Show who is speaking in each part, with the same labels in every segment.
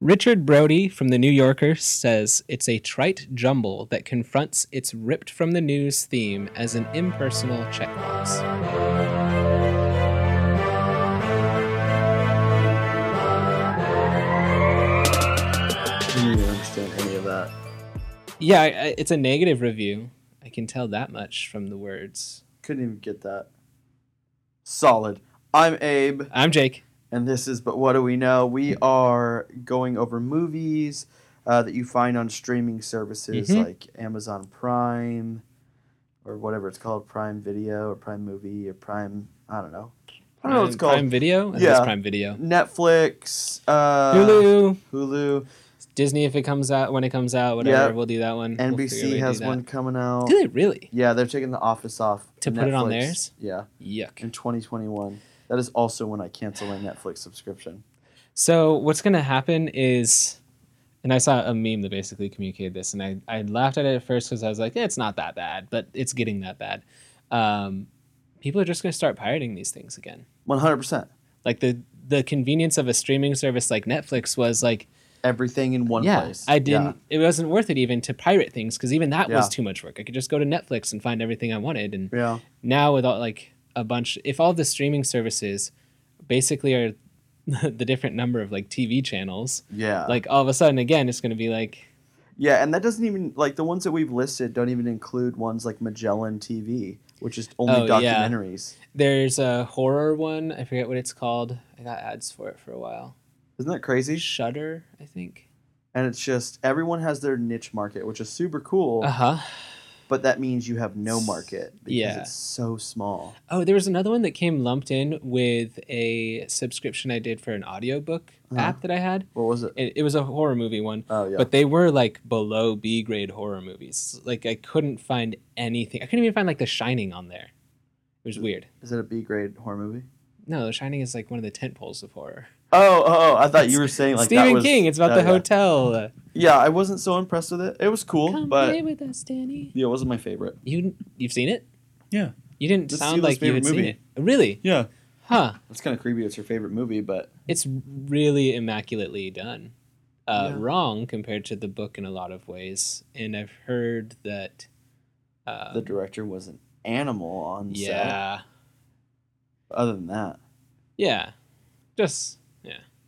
Speaker 1: Richard Brody from The New Yorker says it's a trite jumble that confronts its ripped from the news theme as an impersonal checkbox.
Speaker 2: I didn't understand any of that.
Speaker 1: Yeah, I, I, it's a negative review. I can tell that much from the words.
Speaker 2: Couldn't even get that. Solid. I'm Abe,
Speaker 1: I'm Jake.
Speaker 2: and this is But What Do We Know? We are going over movies uh, that you find on streaming services
Speaker 1: Mhm.
Speaker 2: like Amazon Prime or whatever it's called Prime Video or Prime Movie or Prime, I don't know. I don't know what it's
Speaker 1: Prime-
Speaker 2: called.
Speaker 1: Prime Video. I think it's
Speaker 2: Yeah.
Speaker 1: Prime Video.
Speaker 2: Netflix, uh,
Speaker 1: Hulu,
Speaker 2: Hulu.
Speaker 1: Disney if it comes out when it comes out, whatever.
Speaker 2: Yeah.
Speaker 1: We'll do that one. We'll figure a way
Speaker 2: NBC
Speaker 1: to
Speaker 2: has
Speaker 1: do that.
Speaker 2: one coming out.
Speaker 1: Do they really?
Speaker 2: Yeah, they're taking The Office off
Speaker 1: To put it on
Speaker 2: Netflix.
Speaker 1: theirs?
Speaker 2: Yeah,
Speaker 1: Yuck.
Speaker 2: in 2021. That is also when I cancel my Netflix subscription.
Speaker 1: So what's gonna happen is, and I saw a meme that basically communicated this, and I, I laughed at it at first because I was like, "Eh, it's not that bad, but it's getting that bad. Um, people are just gonna start pirating these things again.
Speaker 2: 100%.
Speaker 1: Like the the convenience of a streaming service like Netflix was like,
Speaker 2: Everything in one
Speaker 1: yeah,
Speaker 2: place.
Speaker 1: I didn't. It wasn't worth it even to pirate things because even that was
Speaker 2: Yeah.
Speaker 1: too much work. I could just go to Netflix and find everything I wanted, and
Speaker 2: Yeah.
Speaker 1: now with all like a bunch if all the streaming services basically are the different number of like tv channels
Speaker 2: Yeah.
Speaker 1: like all of a sudden again it's going to be like
Speaker 2: yeah, and that doesn't even like the ones that we've listed don't even include ones like Magellan TV, which is only
Speaker 1: Oh, yeah.
Speaker 2: documentaries.
Speaker 1: there's a horror one i forget what it's called i got ads for it for a while
Speaker 2: Isn't that crazy?
Speaker 1: shutter i think
Speaker 2: And it's just everyone has their niche market, which is super cool,
Speaker 1: uh-huh
Speaker 2: but that means you have no market because
Speaker 1: Yeah.
Speaker 2: it's so small.
Speaker 1: oh there was another one that came lumped in with a subscription i did for an audiobook
Speaker 2: Uh-huh.
Speaker 1: app that i had
Speaker 2: What was it?
Speaker 1: it, it was a horror movie one
Speaker 2: Oh yeah.
Speaker 1: but they were like below b grade horror movies like i couldn't find anything i couldn't even find like the shining on there it was weird
Speaker 2: is it a B grade horror movie?
Speaker 1: no the shining is like one of the tent poles of horror
Speaker 2: Oh, oh, oh, I thought you were saying like that
Speaker 1: stephen
Speaker 2: was-
Speaker 1: king it's about
Speaker 2: yeah,
Speaker 1: the
Speaker 2: yeah.
Speaker 1: hotel uh,
Speaker 2: Yeah, I wasn't so impressed with it. It was cool,
Speaker 1: come
Speaker 2: but
Speaker 1: play with us danny
Speaker 2: yeah, it wasn't my favorite.
Speaker 1: you you've seen it
Speaker 2: Yeah.
Speaker 1: you didn't
Speaker 2: This is
Speaker 1: sound
Speaker 2: Sheila's
Speaker 1: like you had
Speaker 2: favorite
Speaker 1: seen
Speaker 2: movie.
Speaker 1: it really
Speaker 2: Yeah,
Speaker 1: huh
Speaker 2: it's kind of creepy. It's your favorite movie, but
Speaker 1: it's really immaculately done uh,
Speaker 2: Yeah.
Speaker 1: wrong compared to the book in a lot of ways and i've heard that uh,
Speaker 2: the director was an animal on set.
Speaker 1: yeah
Speaker 2: Other than that,
Speaker 1: yeah just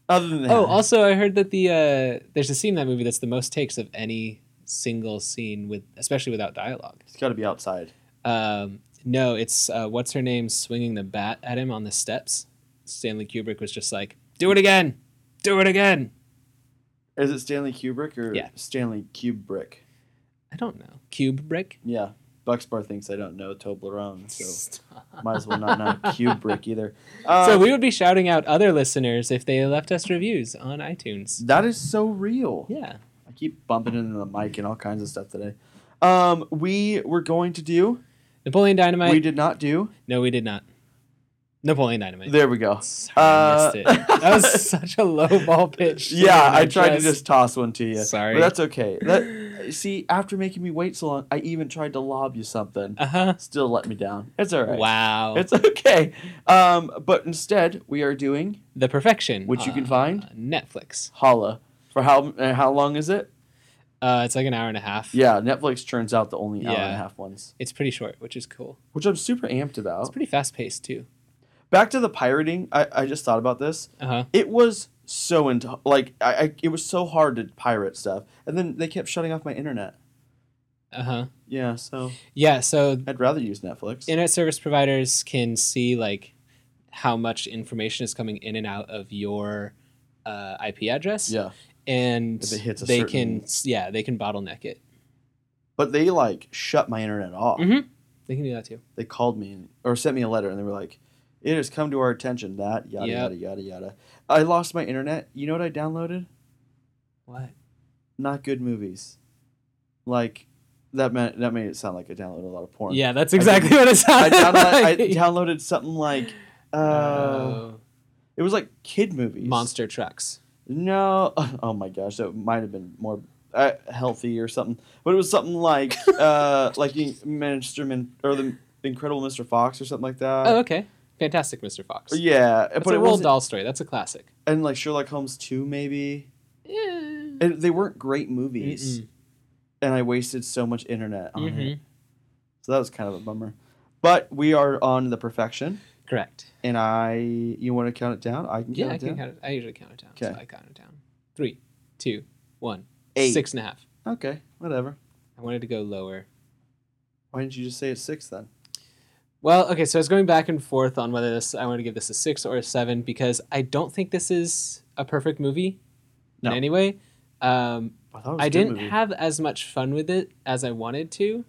Speaker 2: other than that,
Speaker 1: Oh, also I heard that the uh, there's a scene in that movie that's the most takes of any single scene with, especially without dialogue.
Speaker 2: it's got to be outside.
Speaker 1: Um, no, it's uh, what's her name swinging the bat at him on the steps. Stanley Kubrick was just like, "Do it again, do it again."
Speaker 2: Is it Stanley Kubrick or
Speaker 1: Yeah.
Speaker 2: Stanley Kubrick?
Speaker 1: I don't know. Kubrick.
Speaker 2: Yeah, Buckspar thinks I don't know Toblerone, so might as well not know Kubrick either. Uh,
Speaker 1: so we would be shouting out other listeners if they left us reviews on iTunes.
Speaker 2: that is so real.
Speaker 1: Yeah.
Speaker 2: I keep bumping into the mic and all kinds of stuff today. Um, we were going to do.
Speaker 1: Napoleon Dynamite.
Speaker 2: we did not do.
Speaker 1: no, we did not. Napoleon Dynamite.
Speaker 2: There we go.
Speaker 1: Sorry, I missed
Speaker 2: Uh,
Speaker 1: it. That was such a low ball pitch.
Speaker 2: Yeah, I tried to just toss one to you.
Speaker 1: Sorry.
Speaker 2: but that's okay. That see, after making me wait so long, I even tried to lob you something.
Speaker 1: Uh huh.
Speaker 2: Still let me down. It's all right.
Speaker 1: Wow.
Speaker 2: It's okay. Um, but instead, we are doing
Speaker 1: the Perfection,
Speaker 2: which you can find?
Speaker 1: Netflix.
Speaker 2: Holla. For how uh, how long is it?
Speaker 1: Uh, it's like an hour and a half.
Speaker 2: Yeah, Netflix turns out the only hour and
Speaker 1: Yeah.
Speaker 2: a half ones,
Speaker 1: It's pretty short, which is cool.
Speaker 2: which I'm super amped
Speaker 1: It's
Speaker 2: about.
Speaker 1: pretty fast paced too.
Speaker 2: Back to the pirating. I, I just thought about this.
Speaker 1: Uh huh.
Speaker 2: it was so into like I, I it was so hard to pirate stuff and then they kept shutting off my internet
Speaker 1: Uh huh.
Speaker 2: yeah so
Speaker 1: Yeah. So
Speaker 2: i'd rather use netflix
Speaker 1: internet service providers can see like how much information is coming in and out of your uh, IP address.
Speaker 2: yeah
Speaker 1: And
Speaker 2: If it hits a
Speaker 1: they
Speaker 2: certain-
Speaker 1: can yeah they can bottleneck it.
Speaker 2: but they like shut my internet off
Speaker 1: Mhm. They can do that too.
Speaker 2: they called me and, or sent me a letter and they were like it has come to our attention that yada
Speaker 1: Yep.
Speaker 2: yada yada yada i lost my internet you know what i downloaded
Speaker 1: What?
Speaker 2: not good movies like that meant that made it sound like i downloaded a lot of porn
Speaker 1: Yeah, that's
Speaker 2: I
Speaker 1: exactly what it
Speaker 2: I,
Speaker 1: sounded
Speaker 2: download, I
Speaker 1: like.
Speaker 2: downloaded something like uh,
Speaker 1: Oh.
Speaker 2: it was like kid movies
Speaker 1: monster trucks.
Speaker 2: No. Oh my gosh, that might have been more uh, healthy or something. But it was something like uh, like the Mr. Min- or the Incredible Mr. Fox or something like that.
Speaker 1: Oh, okay. Fantastic, Mr. Fox.
Speaker 2: Yeah,
Speaker 1: That's
Speaker 2: but
Speaker 1: a
Speaker 2: it
Speaker 1: Roald
Speaker 2: was
Speaker 1: Dahl story. That's a classic.
Speaker 2: and like Sherlock Holmes two maybe.
Speaker 1: Yeah.
Speaker 2: And they weren't great movies,
Speaker 1: Mm-hmm.
Speaker 2: and I wasted so much internet on it.
Speaker 1: Mhm.
Speaker 2: So that was kind of a bummer. But we are on the perfection,
Speaker 1: Correct.
Speaker 2: and I. You want to count it down? I can count
Speaker 1: Yeah, I
Speaker 2: it
Speaker 1: can
Speaker 2: down.
Speaker 1: count it. I usually count it down.
Speaker 2: Okay.
Speaker 1: So I count it down. Three, two, one.
Speaker 2: Eight.
Speaker 1: Six and a half.
Speaker 2: Okay, whatever.
Speaker 1: I wanted to go lower.
Speaker 2: Why didn't you just say it's six then?
Speaker 1: Well, okay, so I was going back and forth on whether this I want to give this a six or a seven because I don't think this is a perfect movie
Speaker 2: No.
Speaker 1: in any way. Um,
Speaker 2: I, thought it was a
Speaker 1: I
Speaker 2: good
Speaker 1: didn't
Speaker 2: movie.
Speaker 1: have as much fun with it as I wanted to.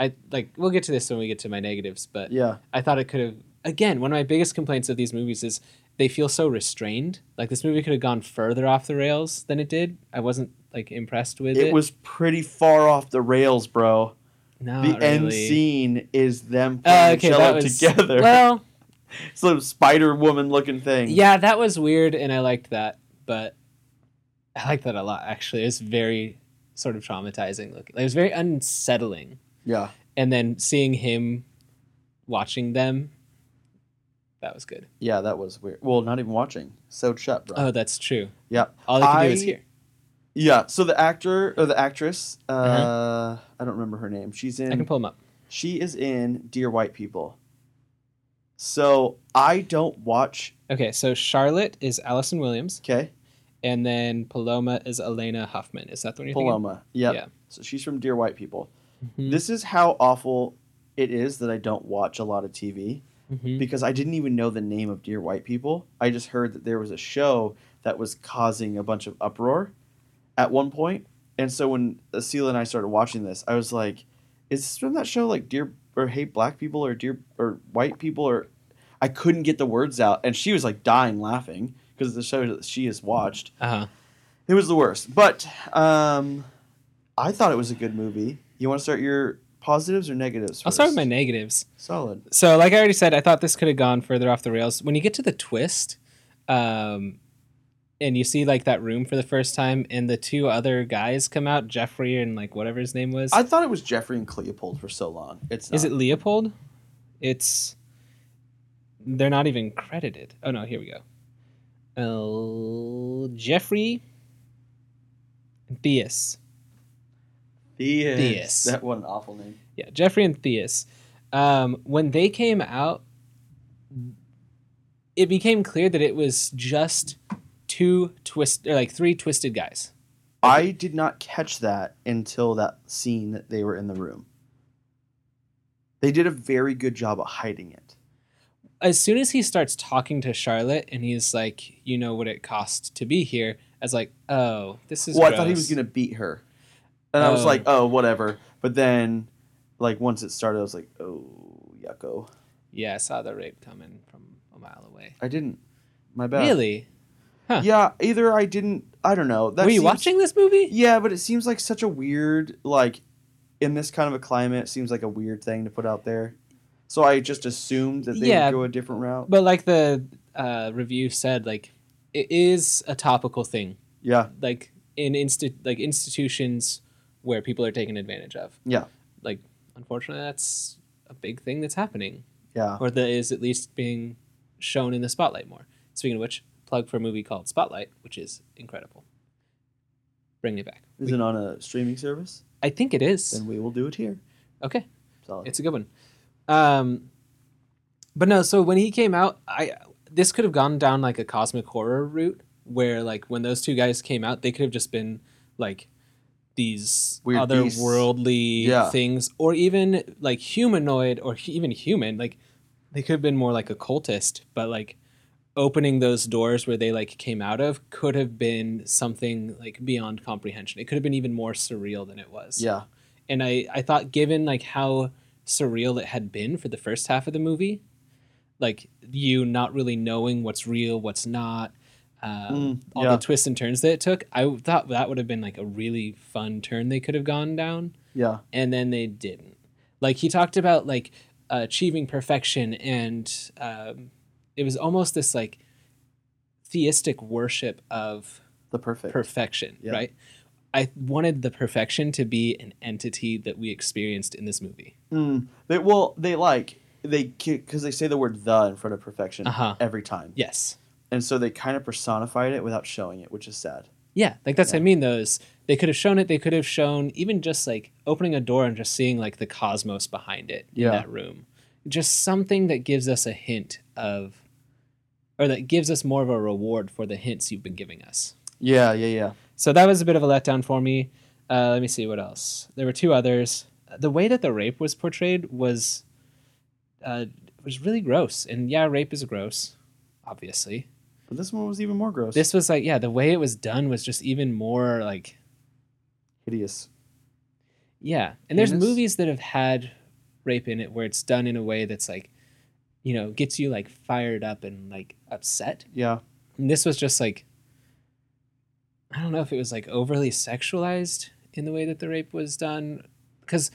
Speaker 1: I like we'll get to this when we get to my negatives, but
Speaker 2: Yeah,
Speaker 1: I thought it could have again, one of my biggest complaints of these movies is they feel so restrained. Like this movie could have gone further off the rails than it did. I wasn't like impressed with it.
Speaker 2: it was pretty far off the rails, bro.
Speaker 1: Not
Speaker 2: the end
Speaker 1: really.
Speaker 2: scene is them
Speaker 1: Uh,
Speaker 2: playing
Speaker 1: okay,
Speaker 2: cello
Speaker 1: that was
Speaker 2: together.
Speaker 1: Well,
Speaker 2: Some Spider Woman looking thing.
Speaker 1: yeah, that was weird, and I liked that, but I liked that a lot. Actually, it's very sort of traumatizing looking. Like, it was very unsettling,
Speaker 2: Yeah.
Speaker 1: and then seeing him watching them, that was good.
Speaker 2: Yeah, that was weird. Well, not even watching. So shut, bro.
Speaker 1: Oh, that's true.
Speaker 2: yeah.
Speaker 1: All they could do is
Speaker 2: I-
Speaker 1: hear.
Speaker 2: Yeah. So the actor or the actress, uh,
Speaker 1: Uh-huh.
Speaker 2: I don't remember her name. She's
Speaker 1: I can
Speaker 2: in.
Speaker 1: pull them up.
Speaker 2: she is in Dear White People. So I don't watch.
Speaker 1: Okay, so Charlotte is Allison Williams,
Speaker 2: Okay,
Speaker 1: and then Paloma is Elena Huffman. Is that the one you're Mm-hmm,
Speaker 2: Paloma. Yep.
Speaker 1: Yeah. Hmm.
Speaker 2: So she's from Dear White People.
Speaker 1: thinking?
Speaker 2: This is how awful it is that I don't watch a lot of TV.
Speaker 1: Mhm, mhm.
Speaker 2: because I didn't even know the name of Dear White People. I just heard that there was a show that was causing a bunch of uproar at one point. And so when Celia and I started watching this, I was like, is this from that show like Dear or Hate Black People or Dear or White People or I couldn't get the words out and she was like dying laughing because the show that she has watched.
Speaker 1: Uh-huh.
Speaker 2: It was the worst. But um I thought it was a good movie. You want to start your positives or negatives?
Speaker 1: I'll start with
Speaker 2: first?
Speaker 1: my negatives.
Speaker 2: solid.
Speaker 1: so like i already said i thought this could have gone further off the rails when you get to the twist um and you see like that room for the first time and the two other guys come out jeffrey and like whatever his name was
Speaker 2: I thought it was Jeffrey and Cleopold for so long. It's
Speaker 1: is
Speaker 2: not.
Speaker 1: it leopold it's they're not even credited oh no here we go uh, jeffrey theus
Speaker 2: Theus.
Speaker 1: Theus.
Speaker 2: That what an awful name.
Speaker 1: Yeah, Jeffrey and Theus. Um, when they came out, it became clear that it was just two twist, or like three twisted guys.
Speaker 2: I did not catch that until that scene that they were in the room. They did a very good job at hiding it.
Speaker 1: As soon as he starts talking to Charlotte and he's like, "You know what it cost to be here," I was like, "Oh, this is."
Speaker 2: well, I thought he
Speaker 1: gross."
Speaker 2: was gonna beat her, and I was
Speaker 1: Oh.
Speaker 2: like, oh, whatever. But then, like once it started, I was like, oh, yucko.
Speaker 1: Yeah, I saw the rape coming from a mile away.
Speaker 2: I didn't. My bad.
Speaker 1: Really? Huh.
Speaker 2: Yeah. Either I didn't. I don't know. That
Speaker 1: Were you
Speaker 2: seems-
Speaker 1: watching this movie?
Speaker 2: Yeah, but it seems like such a weird like in this kind of a climate, it seems like a weird thing to put out there. So I just assumed that they
Speaker 1: Yeah.
Speaker 2: would go a different route.
Speaker 1: But like the uh, review said, like it is a topical thing.
Speaker 2: Yeah,
Speaker 1: like in insti- like institutions where people are taken advantage of.
Speaker 2: Yeah.
Speaker 1: Like unfortunately that's a big thing that's happening
Speaker 2: yeah.
Speaker 1: or that is at least being shown in the spotlight more. Speaking of which, plug for a movie called Spotlight, which is incredible. Bring it back.
Speaker 2: Is it on a streaming service?
Speaker 1: I think it is.
Speaker 2: Then we will do it here.
Speaker 1: Okay.
Speaker 2: Solid.
Speaker 1: It's a good one. Um, but no, so when he came out, I this could have gone down like a cosmic horror route where like when those two guys came out, they could have just been like these
Speaker 2: Weird beasts.
Speaker 1: otherworldly
Speaker 2: Yeah.
Speaker 1: things, or even like humanoid, or hu- even human. Like they could have been more like a cultist, but like opening those doors where they like came out of could have been something like beyond comprehension. It could have been even more surreal than it was
Speaker 2: yeah.
Speaker 1: and I, I thought given like how surreal it had been for the first half of the movie like you not really knowing what's real what's not um,
Speaker 2: Mm,
Speaker 1: all
Speaker 2: yeah.
Speaker 1: the twists and turns that it took i thought that would have been like a really fun turn they could have gone down
Speaker 2: Yeah.
Speaker 1: and then they didn't. Like he talked about like achieving perfection, and um, it was almost this like theistic worship of
Speaker 2: The perfect.
Speaker 1: perfection,
Speaker 2: Yeah.
Speaker 1: right? I wanted the perfection to be an entity that we experienced in this movie.
Speaker 2: Mm. They, well, they like they because they say the word the in front of perfection
Speaker 1: Uh-huh.
Speaker 2: every time,
Speaker 1: Yes,
Speaker 2: and so they kind of personified it without showing it, which is sad.
Speaker 1: Yeah, like that's what I mean though is they could have shown it, they could have shown even just like opening a door and just seeing like the cosmos behind it
Speaker 2: Yeah.
Speaker 1: in that room. Just something that gives us a hint of or that gives us more of a reward for the hints you've been giving us.
Speaker 2: Yeah, yeah, yeah.
Speaker 1: So that was a bit of a letdown for me. Uh, let me see what else. There were two others. The way that the rape was portrayed was uh, was really gross. And yeah, rape is gross, obviously.
Speaker 2: But this one was even more gross.
Speaker 1: This was like yeah, the way it was done was just even more like
Speaker 2: hideous.
Speaker 1: yeah. And there's
Speaker 2: Heinous?
Speaker 1: movies that have had rape in it where it's done in a way that's like you know, gets you like fired up and like upset.
Speaker 2: Yeah.
Speaker 1: And this was just like I don't know if it was like overly sexualized in the way that the rape was done cuz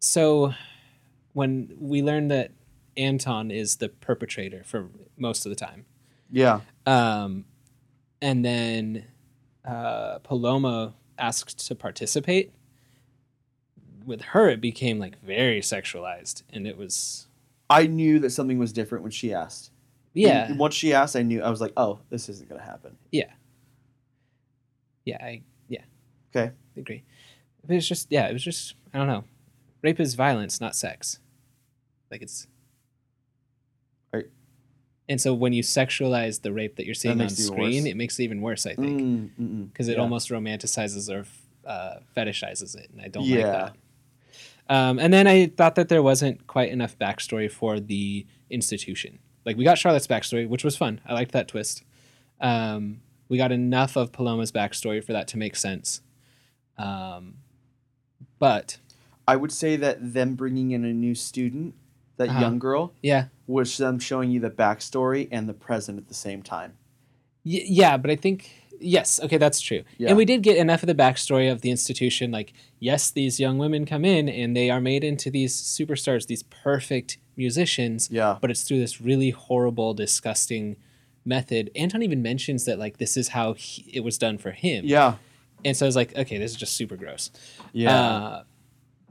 Speaker 1: so when we learned that Anton is the perpetrator for most of the time.
Speaker 2: Yeah.
Speaker 1: Um and then uh Paloma asked to participate with her it became like very sexualized and it was
Speaker 2: I knew that something was different when she asked.
Speaker 1: yeah
Speaker 2: And once she asked, I knew I was like, oh, this isn't gonna happen.
Speaker 1: yeah i yeah
Speaker 2: Okay.
Speaker 1: agree it was just yeah it was just i don't know rape is violence not sex like it's
Speaker 2: Right.
Speaker 1: and so when you sexualize the rape that you're seeing on
Speaker 2: makes it even worse.
Speaker 1: screen it makes it even worse i think
Speaker 2: Mm, mm-mm.
Speaker 1: because it
Speaker 2: Yeah.
Speaker 1: almost romanticizes or uh, fetishizes it and i don't like
Speaker 2: Yeah.
Speaker 1: that um, and then i thought that there wasn't quite enough backstory for the institution like we got charlotte's backstory which was fun i liked that twist um, we got enough of paloma's backstory for that to make sense um, but
Speaker 2: I would say that them bringing in a new student, that
Speaker 1: Uh-huh.
Speaker 2: young girl,
Speaker 1: yeah
Speaker 2: was them showing you the backstory and the present at the same time.
Speaker 1: Y- yeah, but I think yes, okay, that's true.
Speaker 2: Yeah.
Speaker 1: And we did get enough of the backstory of the institution. Like, yes, these young women come in and they are made into these superstars, these perfect musicians.
Speaker 2: Yeah.
Speaker 1: But it's through this really horrible, disgusting method. Anton even mentions that like this is how he, it was done for him.
Speaker 2: Yeah.
Speaker 1: And so I was like, okay, this is just super gross.
Speaker 2: Yeah.
Speaker 1: Uh,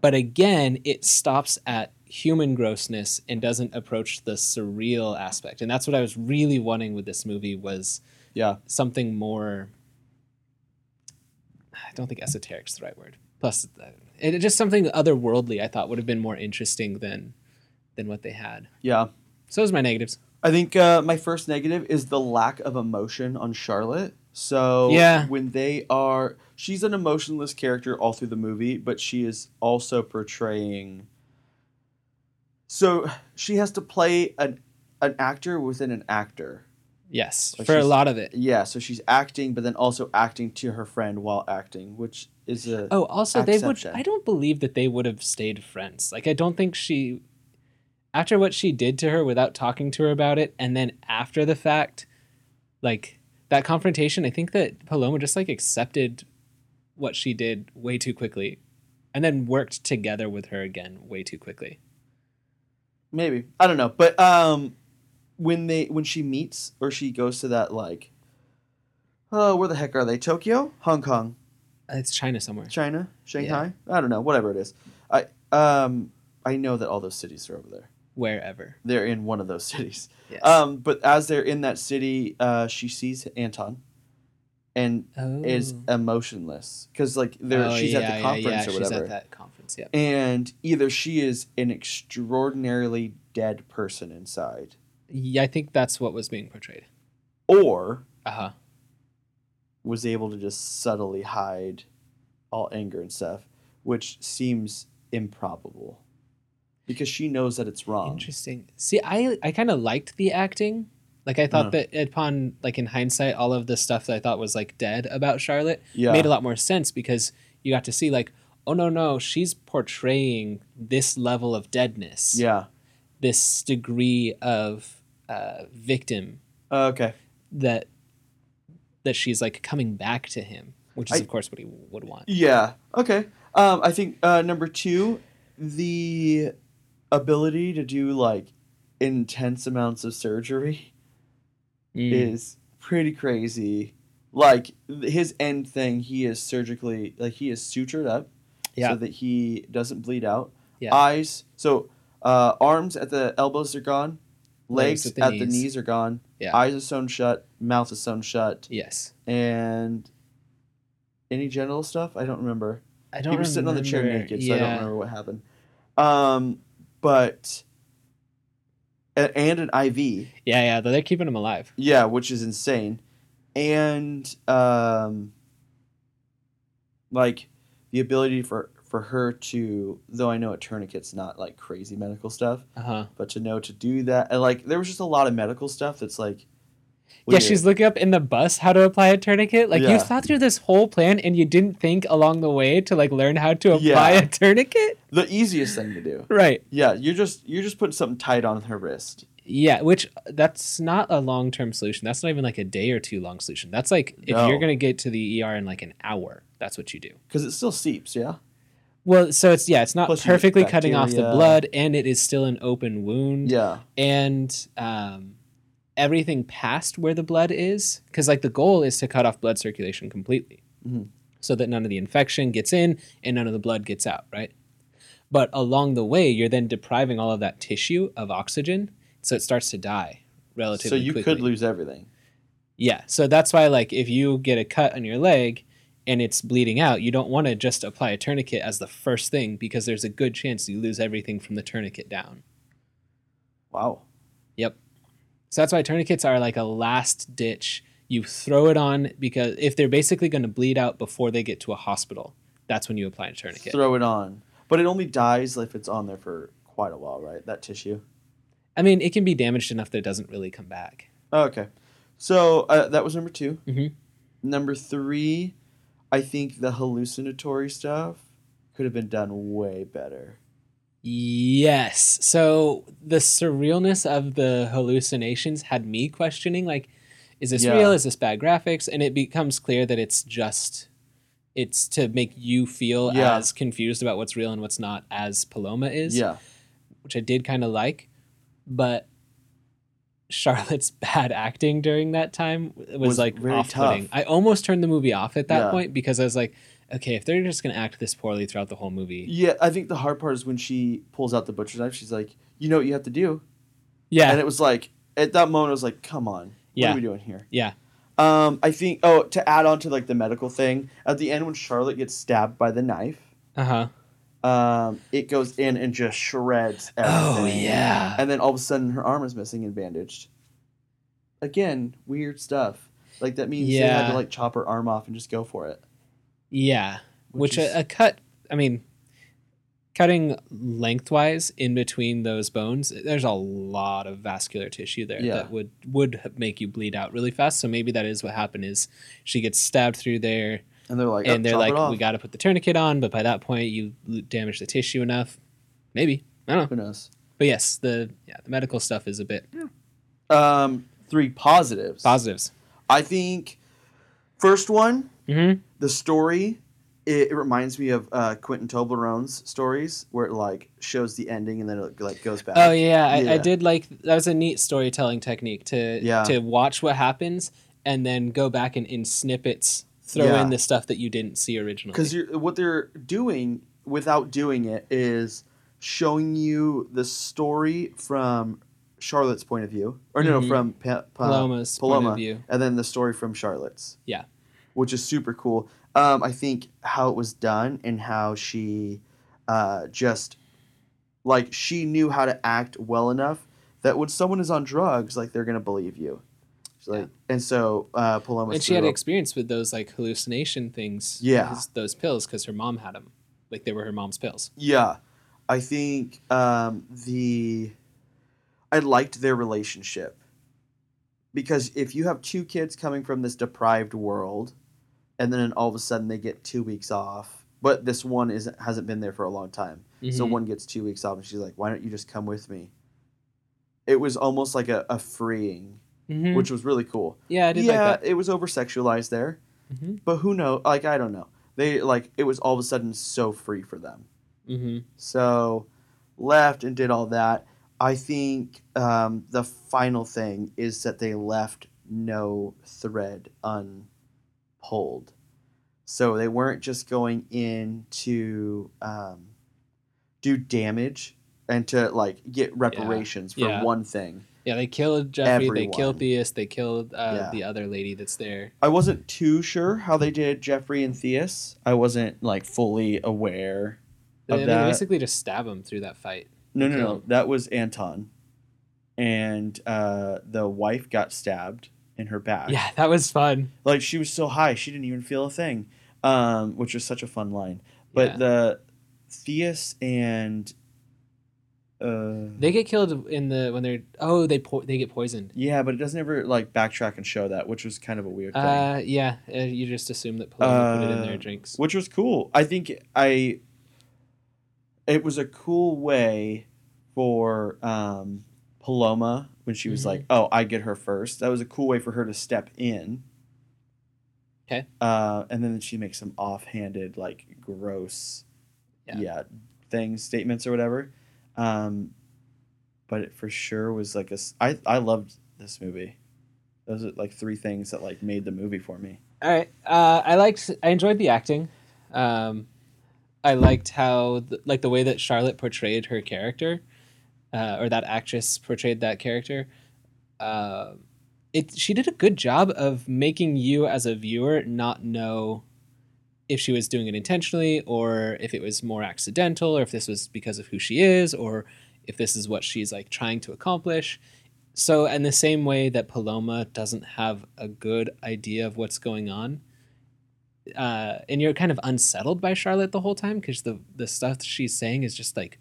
Speaker 1: but again, it stops at human grossness and doesn't approach the surreal aspect. And that's what I was really wanting with this movie was
Speaker 2: yeah.
Speaker 1: something more i don't think esoteric is the right word plus uh, it, just something otherworldly i thought would have been more interesting than than what they had
Speaker 2: Yeah.
Speaker 1: so those are my negatives
Speaker 2: I think uh, my first negative is the lack of emotion on Charlotte. So
Speaker 1: Yeah.
Speaker 2: when they are, she's an emotionless character all through the movie, but she is also portraying. So she has to play an an actor within an actor.
Speaker 1: yes
Speaker 2: Like
Speaker 1: for a
Speaker 2: she's-
Speaker 1: lot of it
Speaker 2: Yeah, so she's acting, but then also acting to her friend while acting, which is a
Speaker 1: oh also they would
Speaker 2: Acceptance.
Speaker 1: i don't believe that they would have stayed friends like i don't think she after what she did to her without talking to her about it and then after the fact like that confrontation i think that paloma just like accepted what she did way too quickly and then worked together with her again way too quickly
Speaker 2: maybe I don't know, but um, when they when she meets or she goes to that like, oh, where the heck are they? Tokyo, Hong Kong.
Speaker 1: Uh, it's china somewhere
Speaker 2: China, Shanghai. I don't know, whatever it is. I um I know that all those cities are over there.
Speaker 1: wherever
Speaker 2: They're in one of those cities.
Speaker 1: yes.
Speaker 2: Um, but as they're in that city, uh, she sees Anton, and
Speaker 1: oh.
Speaker 2: is emotionless because like there
Speaker 1: Oh,
Speaker 2: she's at
Speaker 1: yeah,
Speaker 2: the
Speaker 1: yeah,
Speaker 2: conference
Speaker 1: yeah,
Speaker 2: or
Speaker 1: she's
Speaker 2: whatever.
Speaker 1: at that conference yeah
Speaker 2: And either she is an extraordinarily dead person inside,
Speaker 1: yeah i think that's what was being portrayed
Speaker 2: or
Speaker 1: uh-huh
Speaker 2: was able to just subtly hide all anger and stuff, which seems improbable because she knows that it's wrong.
Speaker 1: Interesting. See, I I kind of liked the acting. Like I thought
Speaker 2: Uh.
Speaker 1: that upon like in hindsight, all of the stuff that I thought was like dead about Charlotte
Speaker 2: Yeah.
Speaker 1: made a lot more sense because you got to see like, oh no no, she's portraying this level of deadness,
Speaker 2: yeah.
Speaker 1: this degree of uh, victim
Speaker 2: Uh, okay.
Speaker 1: that that she's like coming back to him, which is
Speaker 2: I-
Speaker 1: of course what he would want.
Speaker 2: Yeah. Okay. Um, I think uh, number two, the ability to do like intense amounts of surgery
Speaker 1: Mm.
Speaker 2: is pretty crazy. Like th- his end thing, he is surgically like he is sutured up
Speaker 1: Yeah.
Speaker 2: so that he doesn't bleed out.
Speaker 1: Yeah.
Speaker 2: Eyes, so uh, arms at the elbows are gone, legs at the knees are gone.
Speaker 1: Yeah.
Speaker 2: Eyes are sewn shut. Mouth is sewn shut.
Speaker 1: Yes.
Speaker 2: And any genital stuff? I don't remember.
Speaker 1: I
Speaker 2: he
Speaker 1: don't
Speaker 2: was sitting on the chair
Speaker 1: remember.
Speaker 2: naked, so
Speaker 1: yeah.
Speaker 2: I don't remember what happened. Um, but a- and an IV,
Speaker 1: Yeah, yeah, though they're keeping him alive.
Speaker 2: yeah, which is insane, and um, like the ability for for her to, though I know a tourniquet's not like crazy medical stuff,
Speaker 1: Uh huh.
Speaker 2: but to know to do that, and like there was just a lot of medical stuff that's like,
Speaker 1: Yeah,
Speaker 2: weird.
Speaker 1: she's looking up in the bus how to apply a tourniquet. Like you
Speaker 2: Yeah.
Speaker 1: thought through this whole plan and you didn't think along the way to like learn how to apply
Speaker 2: Yeah.
Speaker 1: a tourniquet.
Speaker 2: the easiest thing to do.
Speaker 1: Right.
Speaker 2: Yeah, you're just you're just putting something tight on her wrist.
Speaker 1: Yeah, which that's not a long term solution. That's not even like a day or two long solution. That's like if
Speaker 2: No.
Speaker 1: you're gonna get to the ER in like an hour, that's what you do.
Speaker 2: Because it still seeps, yeah.
Speaker 1: Well, so it's yeah, it's not
Speaker 2: Plus you get
Speaker 1: perfectly cutting off the
Speaker 2: bacteria.
Speaker 1: blood, and it is still an open wound,
Speaker 2: Yeah.
Speaker 1: and um, everything past where the blood is, because like the goal is to cut off blood circulation completely,
Speaker 2: Mhm.
Speaker 1: so that none of the infection gets in and none of the blood gets out, right? But along the way, you're then depriving all of that tissue of oxygen, so it starts to die relatively.
Speaker 2: So you
Speaker 1: quickly.
Speaker 2: could lose everything.
Speaker 1: Yeah. So that's why, like, if you get a cut on your leg and it's bleeding out, you don't want to just apply a tourniquet as the first thing because there's a good chance you lose everything from the tourniquet down.
Speaker 2: Wow.
Speaker 1: Yep. So that's why tourniquets are like a last ditch. You throw it on because if they're basically going to bleed out before they get to a hospital, that's when you apply a tourniquet.
Speaker 2: Throw it on. But it only dies if it's on there for quite a while, right? That tissue.
Speaker 1: I mean, it can be damaged enough that it doesn't really come back.
Speaker 2: Oh, okay. So uh, that was number 2
Speaker 1: Mhm.
Speaker 2: Number three, I think the hallucinatory stuff could have been done way better.
Speaker 1: Yes. So the surrealness of the hallucinations had me questioning like, is this
Speaker 2: Yeah.
Speaker 1: real? Is this bad graphics? And it becomes clear that it's just, it's to make you feel
Speaker 2: Yeah.
Speaker 1: as confused about what's real and what's not as Paloma is,
Speaker 2: Yeah.
Speaker 1: which I did kind of like. But Charlotte's bad acting during that time was,
Speaker 2: Was
Speaker 1: like
Speaker 2: very
Speaker 1: off putting.
Speaker 2: tough.
Speaker 1: I almost turned the movie off at that
Speaker 2: Yeah.
Speaker 1: point because I was like, okay, if they're just going to act this poorly throughout the whole movie.
Speaker 2: Yeah, I think the hard part is when she pulls out the butcher's knife. She's like, "You know what you have to do,"
Speaker 1: Yeah.
Speaker 2: and it was like at that moment, I was like, "Come on, what
Speaker 1: Yeah.
Speaker 2: are we doing here?"
Speaker 1: yeah.
Speaker 2: Um, I think. Oh, to add on to like the medical thing at the end when Charlotte gets stabbed by the knife,
Speaker 1: Uh huh.
Speaker 2: um, it goes in and just shreds everything.
Speaker 1: Oh, yeah.
Speaker 2: And then all of a sudden, her arm is missing and bandaged. Again, weird stuff. Like that means they had
Speaker 1: Yeah.
Speaker 2: to like chop her arm off and just go for it.
Speaker 1: Yeah, which,
Speaker 2: Which is-
Speaker 1: a, a cut. I mean, cutting lengthwise in between those bones, there's a lot of vascular tissue there
Speaker 2: Yeah.
Speaker 1: that would would make you bleed out really fast. So maybe that is what happened: is she gets stabbed through there,
Speaker 2: And they're like, "Oh,
Speaker 1: and they're like, "We
Speaker 2: got
Speaker 1: got to put the tourniquet on," but by that point, you l- damage the tissue enough. Maybe I don't know,
Speaker 2: who knows."
Speaker 1: but yes, the yeah the medical stuff is a bit
Speaker 2: Um, three positives.
Speaker 1: positives.
Speaker 2: I think first one,
Speaker 1: Mm-hmm.
Speaker 2: the story. It, it reminds me of uh, Quentin Toblerone's stories, where it like shows the ending and then it like goes back.
Speaker 1: Oh yeah, I, I
Speaker 2: Yeah.
Speaker 1: did like that was a neat storytelling technique to
Speaker 2: Yeah.
Speaker 1: to watch what happens and then go back and in snippets throw
Speaker 2: Yeah.
Speaker 1: in the stuff that you didn't see originally.
Speaker 2: because you're what they're doing without doing it is showing you the story from Charlotte's point of view, or no,
Speaker 1: Mhm.
Speaker 2: no, from pa- Pa-
Speaker 1: Paloma's point
Speaker 2: uh, Paloma,
Speaker 1: of view.
Speaker 2: and then the story from Charlotte's.
Speaker 1: Yeah.
Speaker 2: which is super cool. Um, I think how it was done and how she uh, just like she knew how to act well enough that when someone is on drugs, like they're gonna believe you. She's
Speaker 1: Yeah.
Speaker 2: like, and so uh, Paloma.
Speaker 1: And she had
Speaker 2: threw up-
Speaker 1: experience with those like hallucination things.
Speaker 2: Yeah.
Speaker 1: those- those pills because her mom had them. Like they were her mom's pills.
Speaker 2: Yeah, I think um, the I liked their relationship because if you have two kids coming from this deprived world, and then all of a sudden they get two weeks off, but this one is hasn't been there for a long time, so
Speaker 1: Mhm.
Speaker 2: one gets two weeks off, and she's like, "Why don't you just come with me?" It was almost like a, a freeing,
Speaker 1: Mhm.
Speaker 2: which was really cool.
Speaker 1: yeah, I did
Speaker 2: Yeah,
Speaker 1: like that.
Speaker 2: it was over sexualized there,
Speaker 1: Mhm.
Speaker 2: but who knows? Like I don't know. They like it was all of a sudden so free for them.
Speaker 1: hmm
Speaker 2: So left and did all that. I think um, the final thing is that they left no thread unpulled. So they weren't just going in to um, do damage and to like get reparations for
Speaker 1: Yeah.
Speaker 2: one thing.
Speaker 1: Yeah, they killed Jeffrey. They
Speaker 2: Everyone.
Speaker 1: killed Theus. They killed uh,
Speaker 2: Yeah.
Speaker 1: the other lady that's there.
Speaker 2: I wasn't too sure how they did Jeffrey and Theus. I wasn't like fully aware
Speaker 1: They,
Speaker 2: of
Speaker 1: they
Speaker 2: that.
Speaker 1: basically just stab him through that fight.
Speaker 2: no, no,
Speaker 1: kill
Speaker 2: no.
Speaker 1: him.
Speaker 2: That was Anton, and uh, the wife got stabbed in her back.
Speaker 1: Yeah, that was fun.
Speaker 2: like she was so high she didn't even feel a thing, um, which was such a fun line. But
Speaker 1: Yeah.
Speaker 2: the Theus and uh,
Speaker 1: They get killed in the when they're oh they po- they get poisoned.
Speaker 2: yeah, but it doesn't ever like backtrack and show that, which was kind of a weird thing.
Speaker 1: Uh yeah, uh, you just assume that Paloma put it in their
Speaker 2: Uh,
Speaker 1: drinks.
Speaker 2: which was cool. I think I it was a cool way for um, Paloma when she was
Speaker 1: Mhm.
Speaker 2: like, "Oh, I get her first. That was a cool way for her to step in.
Speaker 1: 'Kay.
Speaker 2: Uh, and then she makes some offhanded, like gross,
Speaker 1: Yeah.
Speaker 2: yeah, things, statements or whatever. Um, but it for sure was like a. s- I I loved this movie. Those are like three things that like made the movie for me.
Speaker 1: All right. Uh, I liked. I enjoyed the acting. Um, I liked how, th- like, the way that Charlotte portrayed her character, uh, or that actress portrayed that character. Um it. She did a good job of making you, as a viewer, not know if she was doing it intentionally or if it was more accidental or if this was because of who she is or if this is what she's like trying to accomplish. So, in the same way that Paloma doesn't have a good idea of what's going on, uh, and you're kind of unsettled by Charlotte the whole time because the the stuff that she's saying is just like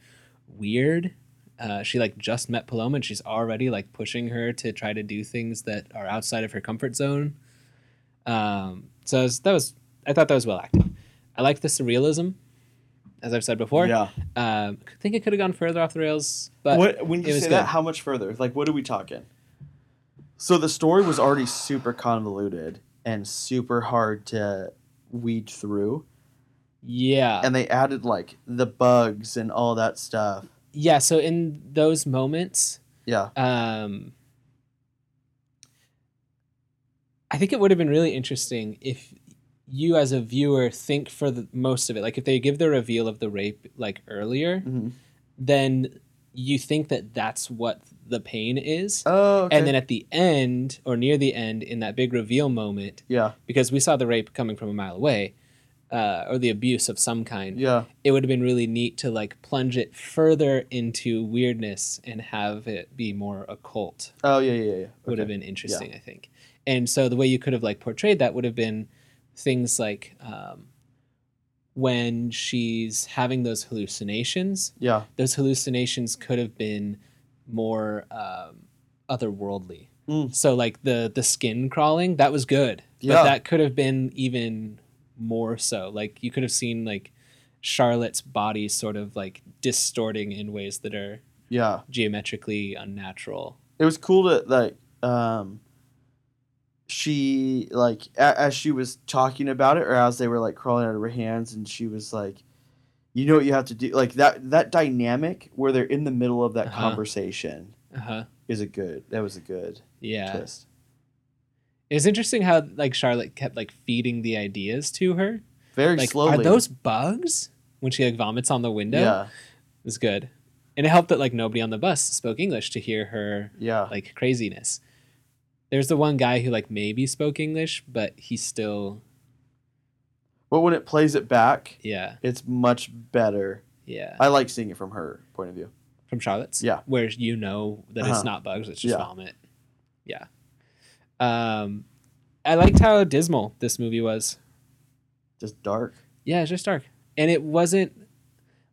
Speaker 1: weird. Uh, she like just met Paloma and she's already like pushing her to try to do things that are outside of her comfort zone. Um, so I was- that was I thought that was well acted. I liked the surrealism, as I've said before.
Speaker 2: yeah.
Speaker 1: Um, I think it could have gone further off the rails, but
Speaker 2: what when
Speaker 1: it
Speaker 2: you
Speaker 1: was
Speaker 2: say that
Speaker 1: good.
Speaker 2: how much further like what are we talking so the story was already super convoluted and super hard to weed through
Speaker 1: yeah.
Speaker 2: and they added like the bugs and all that stuff
Speaker 1: yeah so in those moments
Speaker 2: yeah
Speaker 1: um i think it would have been really interesting if you as a viewer think for the most of it like if they give the reveal of the rape like earlier
Speaker 2: Mhm.
Speaker 1: then you think that that's what the pain is
Speaker 2: oh okay.
Speaker 1: and then at the end or near the end in that big reveal moment
Speaker 2: yeah
Speaker 1: because we saw the rape coming from a mile away uh, or the abuse of some kind
Speaker 2: yeah
Speaker 1: it would have been really neat to like plunge it further into weirdness and have it be more occult
Speaker 2: oh yeah yeah yeah, yeah
Speaker 1: would have
Speaker 2: Okay.
Speaker 1: been interesting i think and so the way you could have like portrayed that would have been things like um, when she's having those hallucinations
Speaker 2: yeah
Speaker 1: those hallucinations could have been more um, otherworldly
Speaker 2: Mm.
Speaker 1: so like the the skin crawling that was good but
Speaker 2: Yeah.
Speaker 1: that could have been even more so like you could have seen like charlotte's body sort of like distorting in ways that are
Speaker 2: yeah
Speaker 1: geometrically unnatural
Speaker 2: it was cool to like um she like a- as she was talking about it or as they were like crawling out of her hands and she was like you know what you have to do like that that dynamic where they're in the middle of that
Speaker 1: Uh-huh.
Speaker 2: conversation
Speaker 1: uh-huh
Speaker 2: is a good that was a good
Speaker 1: yeah
Speaker 2: twist
Speaker 1: it was interesting how like charlotte kept like feeding the ideas to her
Speaker 2: very
Speaker 1: like
Speaker 2: slowly
Speaker 1: are those bugs when she like vomits on the window
Speaker 2: yeah
Speaker 1: it was good and it helped that like nobody on the bus spoke english to hear her
Speaker 2: yeah
Speaker 1: like craziness. There's the one guy who like maybe spoke English, but he still
Speaker 2: but when it plays it back
Speaker 1: yeah
Speaker 2: it's much better
Speaker 1: yeah
Speaker 2: i like seeing it from her point of view
Speaker 1: from Charlotte's
Speaker 2: Yeah.
Speaker 1: where you know that
Speaker 2: Uh-huh.
Speaker 1: it's not bugs it's just
Speaker 2: Yeah.
Speaker 1: vomit yeah um I liked how dismal this movie was
Speaker 2: just dark
Speaker 1: yeah it's just dark and it wasn't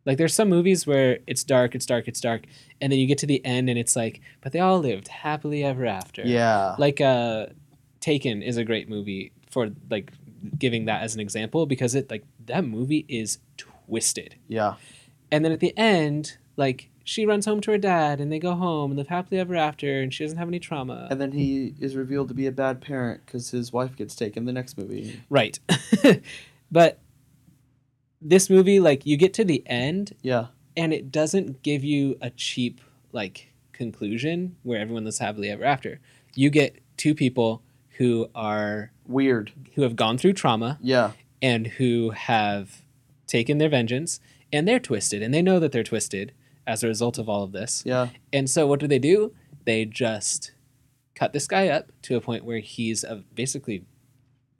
Speaker 1: like there's some movies where it's dark it's dark it's dark and then you get to the end and it's like but they all lived happily ever after
Speaker 2: yeah
Speaker 1: like uh taken is a great movie for like giving that as an example because it like that movie is twisted
Speaker 2: yeah
Speaker 1: and then at the end like she runs home to her dad and they go home and live happily ever after and she doesn't have any trauma
Speaker 2: and then he is revealed to be a bad parent because his wife gets taken the next movie
Speaker 1: right but this movie like you get to the end
Speaker 2: Yeah.
Speaker 1: and it doesn't give you a cheap like conclusion where everyone lives happily ever after you get two people who are
Speaker 2: Weird.
Speaker 1: who have gone through trauma
Speaker 2: Yeah.
Speaker 1: and who have taken their vengeance and they're twisted and they know that they're twisted as a result of all of this.
Speaker 2: Yeah.
Speaker 1: And so what do they do? they just cut this guy up to a point where he's uh, basically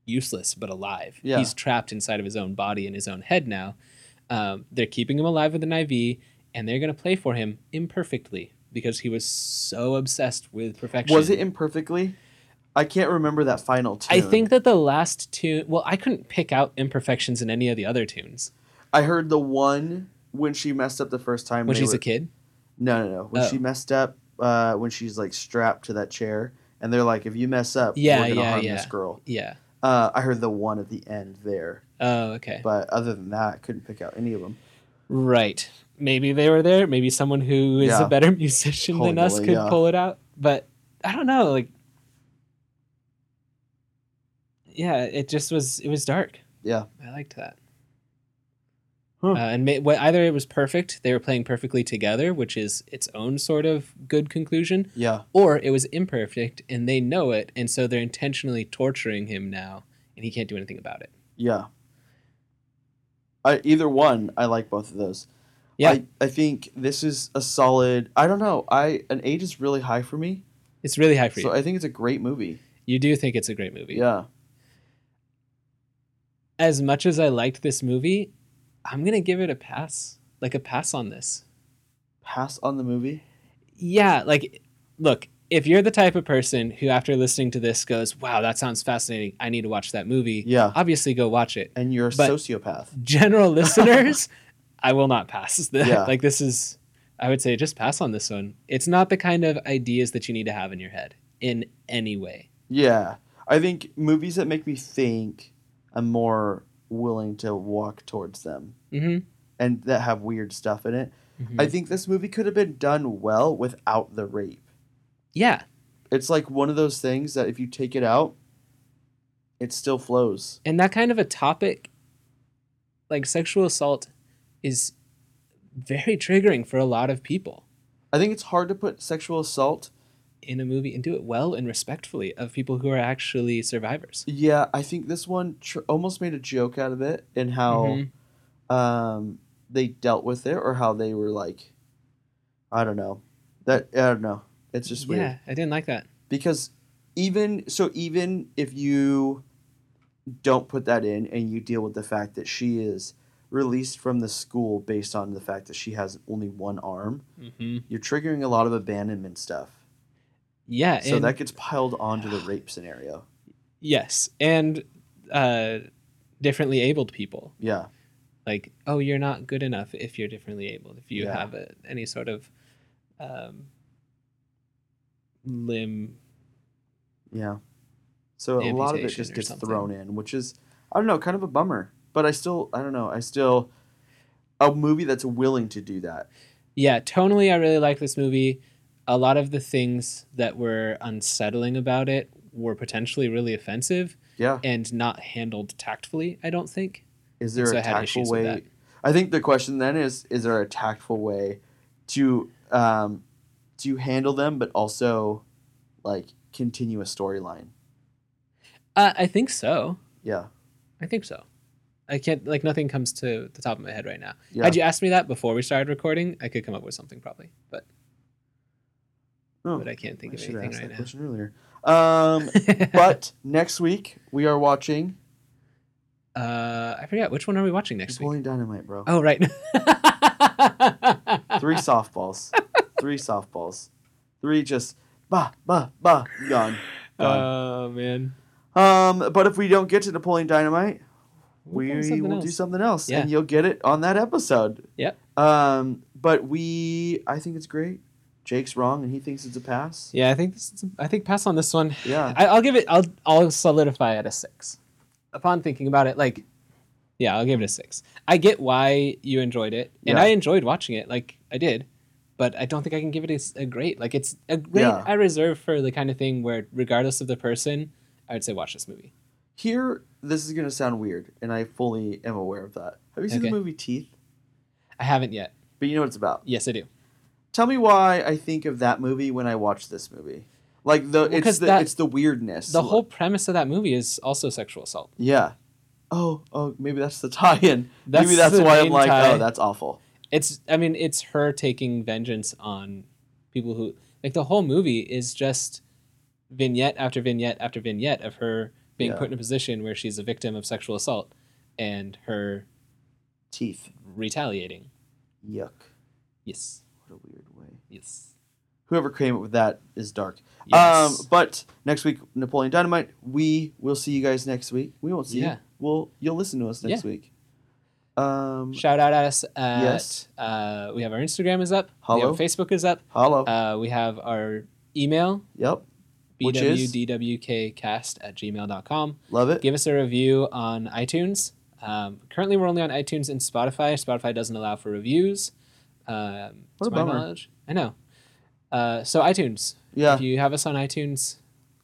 Speaker 1: useless but alive.
Speaker 2: Yeah.
Speaker 1: He's trapped inside of his own body and his own head now. Um, they're keeping him alive with an IV, and they're going to play for him imperfectly because he was so obsessed with perfection.
Speaker 2: Was it imperfectly? I can't remember that final tune.
Speaker 1: I think that the last tune. Well, I couldn't pick out imperfections in any of the other tunes
Speaker 2: I heard the one when she messed up the first time.
Speaker 1: when
Speaker 2: they
Speaker 1: she's
Speaker 2: were-
Speaker 1: a kid.
Speaker 2: No, no, no. When
Speaker 1: Oh.
Speaker 2: she messed up, uh, when she's like strapped to that chair, and they're like, "If you mess up,
Speaker 1: Yeah,
Speaker 2: we're gonna
Speaker 1: yeah,
Speaker 2: harm
Speaker 1: yeah.
Speaker 2: this girl."
Speaker 1: Yeah.
Speaker 2: Uh, I heard the one at the end there,
Speaker 1: Oh, okay.
Speaker 2: but other than that, I couldn't pick out any of them.
Speaker 1: Right. Maybe they were there. Maybe someone who is
Speaker 2: Yeah.
Speaker 1: a better musician
Speaker 2: Holy
Speaker 1: than us
Speaker 2: moly,
Speaker 1: could
Speaker 2: yeah.
Speaker 1: pull it out. But I don't know. Like, yeah, it just was. It was dark.
Speaker 2: Yeah.
Speaker 1: I liked that.
Speaker 2: Huh.
Speaker 1: Uh, and may, wh- either it was perfect, they were playing perfectly together, which is its own sort of good conclusion,
Speaker 2: Yeah,
Speaker 1: or it was imperfect and they know it, and so they're intentionally torturing him now, and he can't do anything about it.
Speaker 2: yeah. I, either one, I like both of those.
Speaker 1: Yeah.
Speaker 2: I, I think this is a solid. I don't know. I an eight is really high for me,
Speaker 1: It's really high for
Speaker 2: so
Speaker 1: you.
Speaker 2: I think it's a great movie.
Speaker 1: you do think it's a great movie.
Speaker 2: Yeah,
Speaker 1: as much as I liked this movie, I'm gonna give it a pass. Like a pass on this.
Speaker 2: pass on the movie.
Speaker 1: Yeah, like look, if you're the type of person who after listening to this goes, Wow, that sounds fascinating. I need to watch that movie,
Speaker 2: Yeah,
Speaker 1: obviously go watch it.
Speaker 2: and you're a
Speaker 1: But-
Speaker 2: sociopath.
Speaker 1: General listeners, I will not pass. The-
Speaker 2: Yeah.
Speaker 1: Like this is I would say just pass on this one. It's not the kind of ideas that you need to have in your head in any way.
Speaker 2: Yeah. I think movies that make me think, I'm more willing to walk towards them
Speaker 1: hmm
Speaker 2: and that have weird stuff in it. I
Speaker 1: Mm-hmm.
Speaker 2: think this movie could have been done well without the rape.
Speaker 1: yeah.
Speaker 2: It's like one of those things that if you take it out, it still flows.
Speaker 1: and that kind of a topic like sexual assault is very triggering for a lot of people
Speaker 2: I think it's hard to put sexual assault.
Speaker 1: in a movie and do it well and respectfully of people who are actually survivors
Speaker 2: Yeah, I think this one tr- almost made a joke out of it and how
Speaker 1: Mhm.
Speaker 2: um, they dealt with it or how they were like, I don't know. That I don't know. It's just weird.
Speaker 1: yeah i didn't like that
Speaker 2: because even so even if you don't put that in and you deal with the fact that she is released from the school based on the fact that she has only one arm
Speaker 1: mm-hmm.
Speaker 2: you're triggering a lot of abandonment stuff
Speaker 1: yeah
Speaker 2: so
Speaker 1: and-
Speaker 2: that gets piled onto the rape scenario
Speaker 1: yes and uh differently abled people
Speaker 2: yeah
Speaker 1: like oh you're not good enough if you're differently abled if you
Speaker 2: Yeah.
Speaker 1: have a, any sort of um limb
Speaker 2: yeah so a lot of it
Speaker 1: Amputation
Speaker 2: just
Speaker 1: or
Speaker 2: gets
Speaker 1: something.
Speaker 2: thrown in which is i don't know kind of a bummer but i still i don't know i still a movie that's willing to do that
Speaker 1: yeah tonally i really like this movie a lot of the things that were unsettling about it were potentially really offensive
Speaker 2: yeah
Speaker 1: and not handled tactfully i don't think
Speaker 2: Is there
Speaker 1: So I
Speaker 2: a
Speaker 1: had
Speaker 2: tactful
Speaker 1: issues with that.
Speaker 2: way? I think the question then is: Is there a tactful way to um, to handle them, but also like continue a storyline?
Speaker 1: uh, i think so
Speaker 2: Yeah,
Speaker 1: i think so i can't like nothing comes to the top of my head right now
Speaker 2: yeah.
Speaker 1: had you asked me that before we started recording i could come up with something probably but
Speaker 2: Oh,
Speaker 1: but i can't think
Speaker 2: I
Speaker 1: of
Speaker 2: should have
Speaker 1: anything
Speaker 2: asked that
Speaker 1: right now
Speaker 2: question earlier. Um, but next week we are watching
Speaker 1: uh, i forget which one are we watching next week
Speaker 2: Napoleon Dynamite, bro.
Speaker 1: oh right
Speaker 2: Three softballs, three softballs, three just bah bah bah gone. gone.
Speaker 1: oh man
Speaker 2: um, but if we don't get to Napoleon Dynamite,
Speaker 1: We'll
Speaker 2: we
Speaker 1: find something
Speaker 2: will do
Speaker 1: else.
Speaker 2: something else
Speaker 1: Yeah.
Speaker 2: and you'll get it on that episode
Speaker 1: Yep.
Speaker 2: um but we i think it's great jake's wrong and he thinks it's a pass
Speaker 1: yeah i think this is, i think pass on this one
Speaker 2: yeah
Speaker 1: I, I'll give it. I'll I'll solidify at a six. Upon thinking about it, like, yeah, I'll give it a six. I get why you enjoyed it, and
Speaker 2: Yeah.
Speaker 1: I enjoyed watching it. Like I did, but I don't think I can give it a s- a, great. Like it's a great.
Speaker 2: Yeah.
Speaker 1: I reserve for the kind of thing where, regardless of the person, I would say watch this movie.
Speaker 2: here this is going to sound weird and i fully am aware of that have you seen
Speaker 1: Okay.
Speaker 2: the movie teeth
Speaker 1: I haven't yet.
Speaker 2: but you know what it's about
Speaker 1: Yes, I do.
Speaker 2: tell me why i think of that movie when i watch this movie like the it's
Speaker 1: 'cause
Speaker 2: the
Speaker 1: that-
Speaker 2: it's the weirdness
Speaker 1: The whole premise of that movie is also sexual assault.
Speaker 2: yeah oh oh maybe that's the tie-in
Speaker 1: That's
Speaker 2: maybe that's
Speaker 1: the
Speaker 2: why i'm
Speaker 1: main
Speaker 2: like
Speaker 1: tie.
Speaker 2: oh that's awful
Speaker 1: It's. I mean, it's her taking vengeance on people who Like the whole movie is just vignette after vignette after vignette of her being
Speaker 2: Yeah.
Speaker 1: put in a position where she's a victim of sexual assault and her
Speaker 2: Teeth.
Speaker 1: retaliating.
Speaker 2: Yuck.
Speaker 1: Yes.
Speaker 2: What a weird way.
Speaker 1: Yes.
Speaker 2: Whoever came up with that is dark.
Speaker 1: Yes.
Speaker 2: Um, but next week, Napoleon Dynamite. We will see you guys next week. We won't see
Speaker 1: Yeah.
Speaker 2: you. We'll you'll listen to us next week. Um,
Speaker 1: Shout out at us at
Speaker 2: Yes.
Speaker 1: uh, we have our Instagram is up. We
Speaker 2: Hello.
Speaker 1: have Facebook is up.
Speaker 2: hello.
Speaker 1: Uh, we have our email
Speaker 2: yep. Which is?
Speaker 1: bwdwkcast at gmail.com.
Speaker 2: Love it.
Speaker 1: Give us a review on iTunes. Um, currently, we're only on iTunes and Spotify. Spotify doesn't allow for reviews. Um,
Speaker 2: What
Speaker 1: to
Speaker 2: a
Speaker 1: my
Speaker 2: bummer.
Speaker 1: knowledge, I know. Uh, so iTunes.
Speaker 2: Yeah.
Speaker 1: If you have us on iTunes,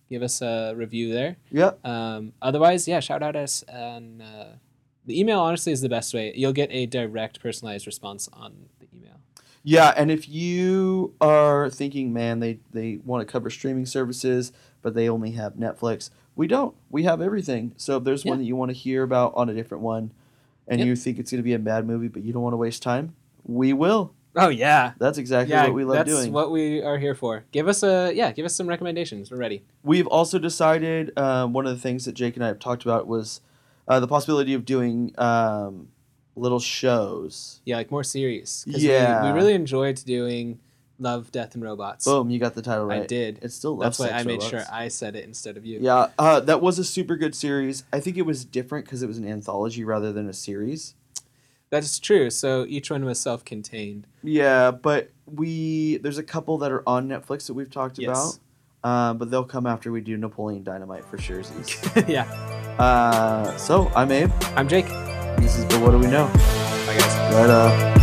Speaker 1: give us a review there.
Speaker 2: Yep.
Speaker 1: Um, otherwise, yeah, shout out us on uh, the email. Honestly, is the best way. You'll get a direct, personalized response on the email.
Speaker 2: Yeah. And if you are thinking, man, they they want to cover streaming services, but they only have Netflix. We don't. We have everything. So if there's one
Speaker 1: Yeah.
Speaker 2: that you want to hear about on a different one, and
Speaker 1: Yep.
Speaker 2: you think it's going to be a bad movie, but you don't want to waste time, we will.
Speaker 1: Oh yeah,
Speaker 2: That's exactly what we love
Speaker 1: that's
Speaker 2: doing.
Speaker 1: what we are here for. Give us a yeah, give us some recommendations. We're ready.
Speaker 2: We've also decided um, one of the things that Jake and I have talked about was uh, the possibility of doing um, little shows.
Speaker 1: Yeah, like more series. 'Cause we- We,
Speaker 2: Yeah.
Speaker 1: really enjoyed doing Love, Death, and Robots.
Speaker 2: Boom, you got the title
Speaker 1: I
Speaker 2: right.
Speaker 1: did.
Speaker 2: It's still Love
Speaker 1: That's why
Speaker 2: Sex
Speaker 1: I made
Speaker 2: Robots.
Speaker 1: sure I said it instead of you.
Speaker 2: yeah, uh, that was a super good series. I think it was different because it was an anthology rather than a series.
Speaker 1: That's true. So each one was self contained.
Speaker 2: Yeah, but we there's a couple that are on Netflix that we've talked
Speaker 1: Yes.
Speaker 2: about, uh, but they'll come after we do Napoleon Dynamite for sure.
Speaker 1: yeah.
Speaker 2: uh, so I'm Abe.
Speaker 1: I'm Jake.
Speaker 2: This is but what do we know?
Speaker 1: Bye, guys.
Speaker 2: Right uh, up.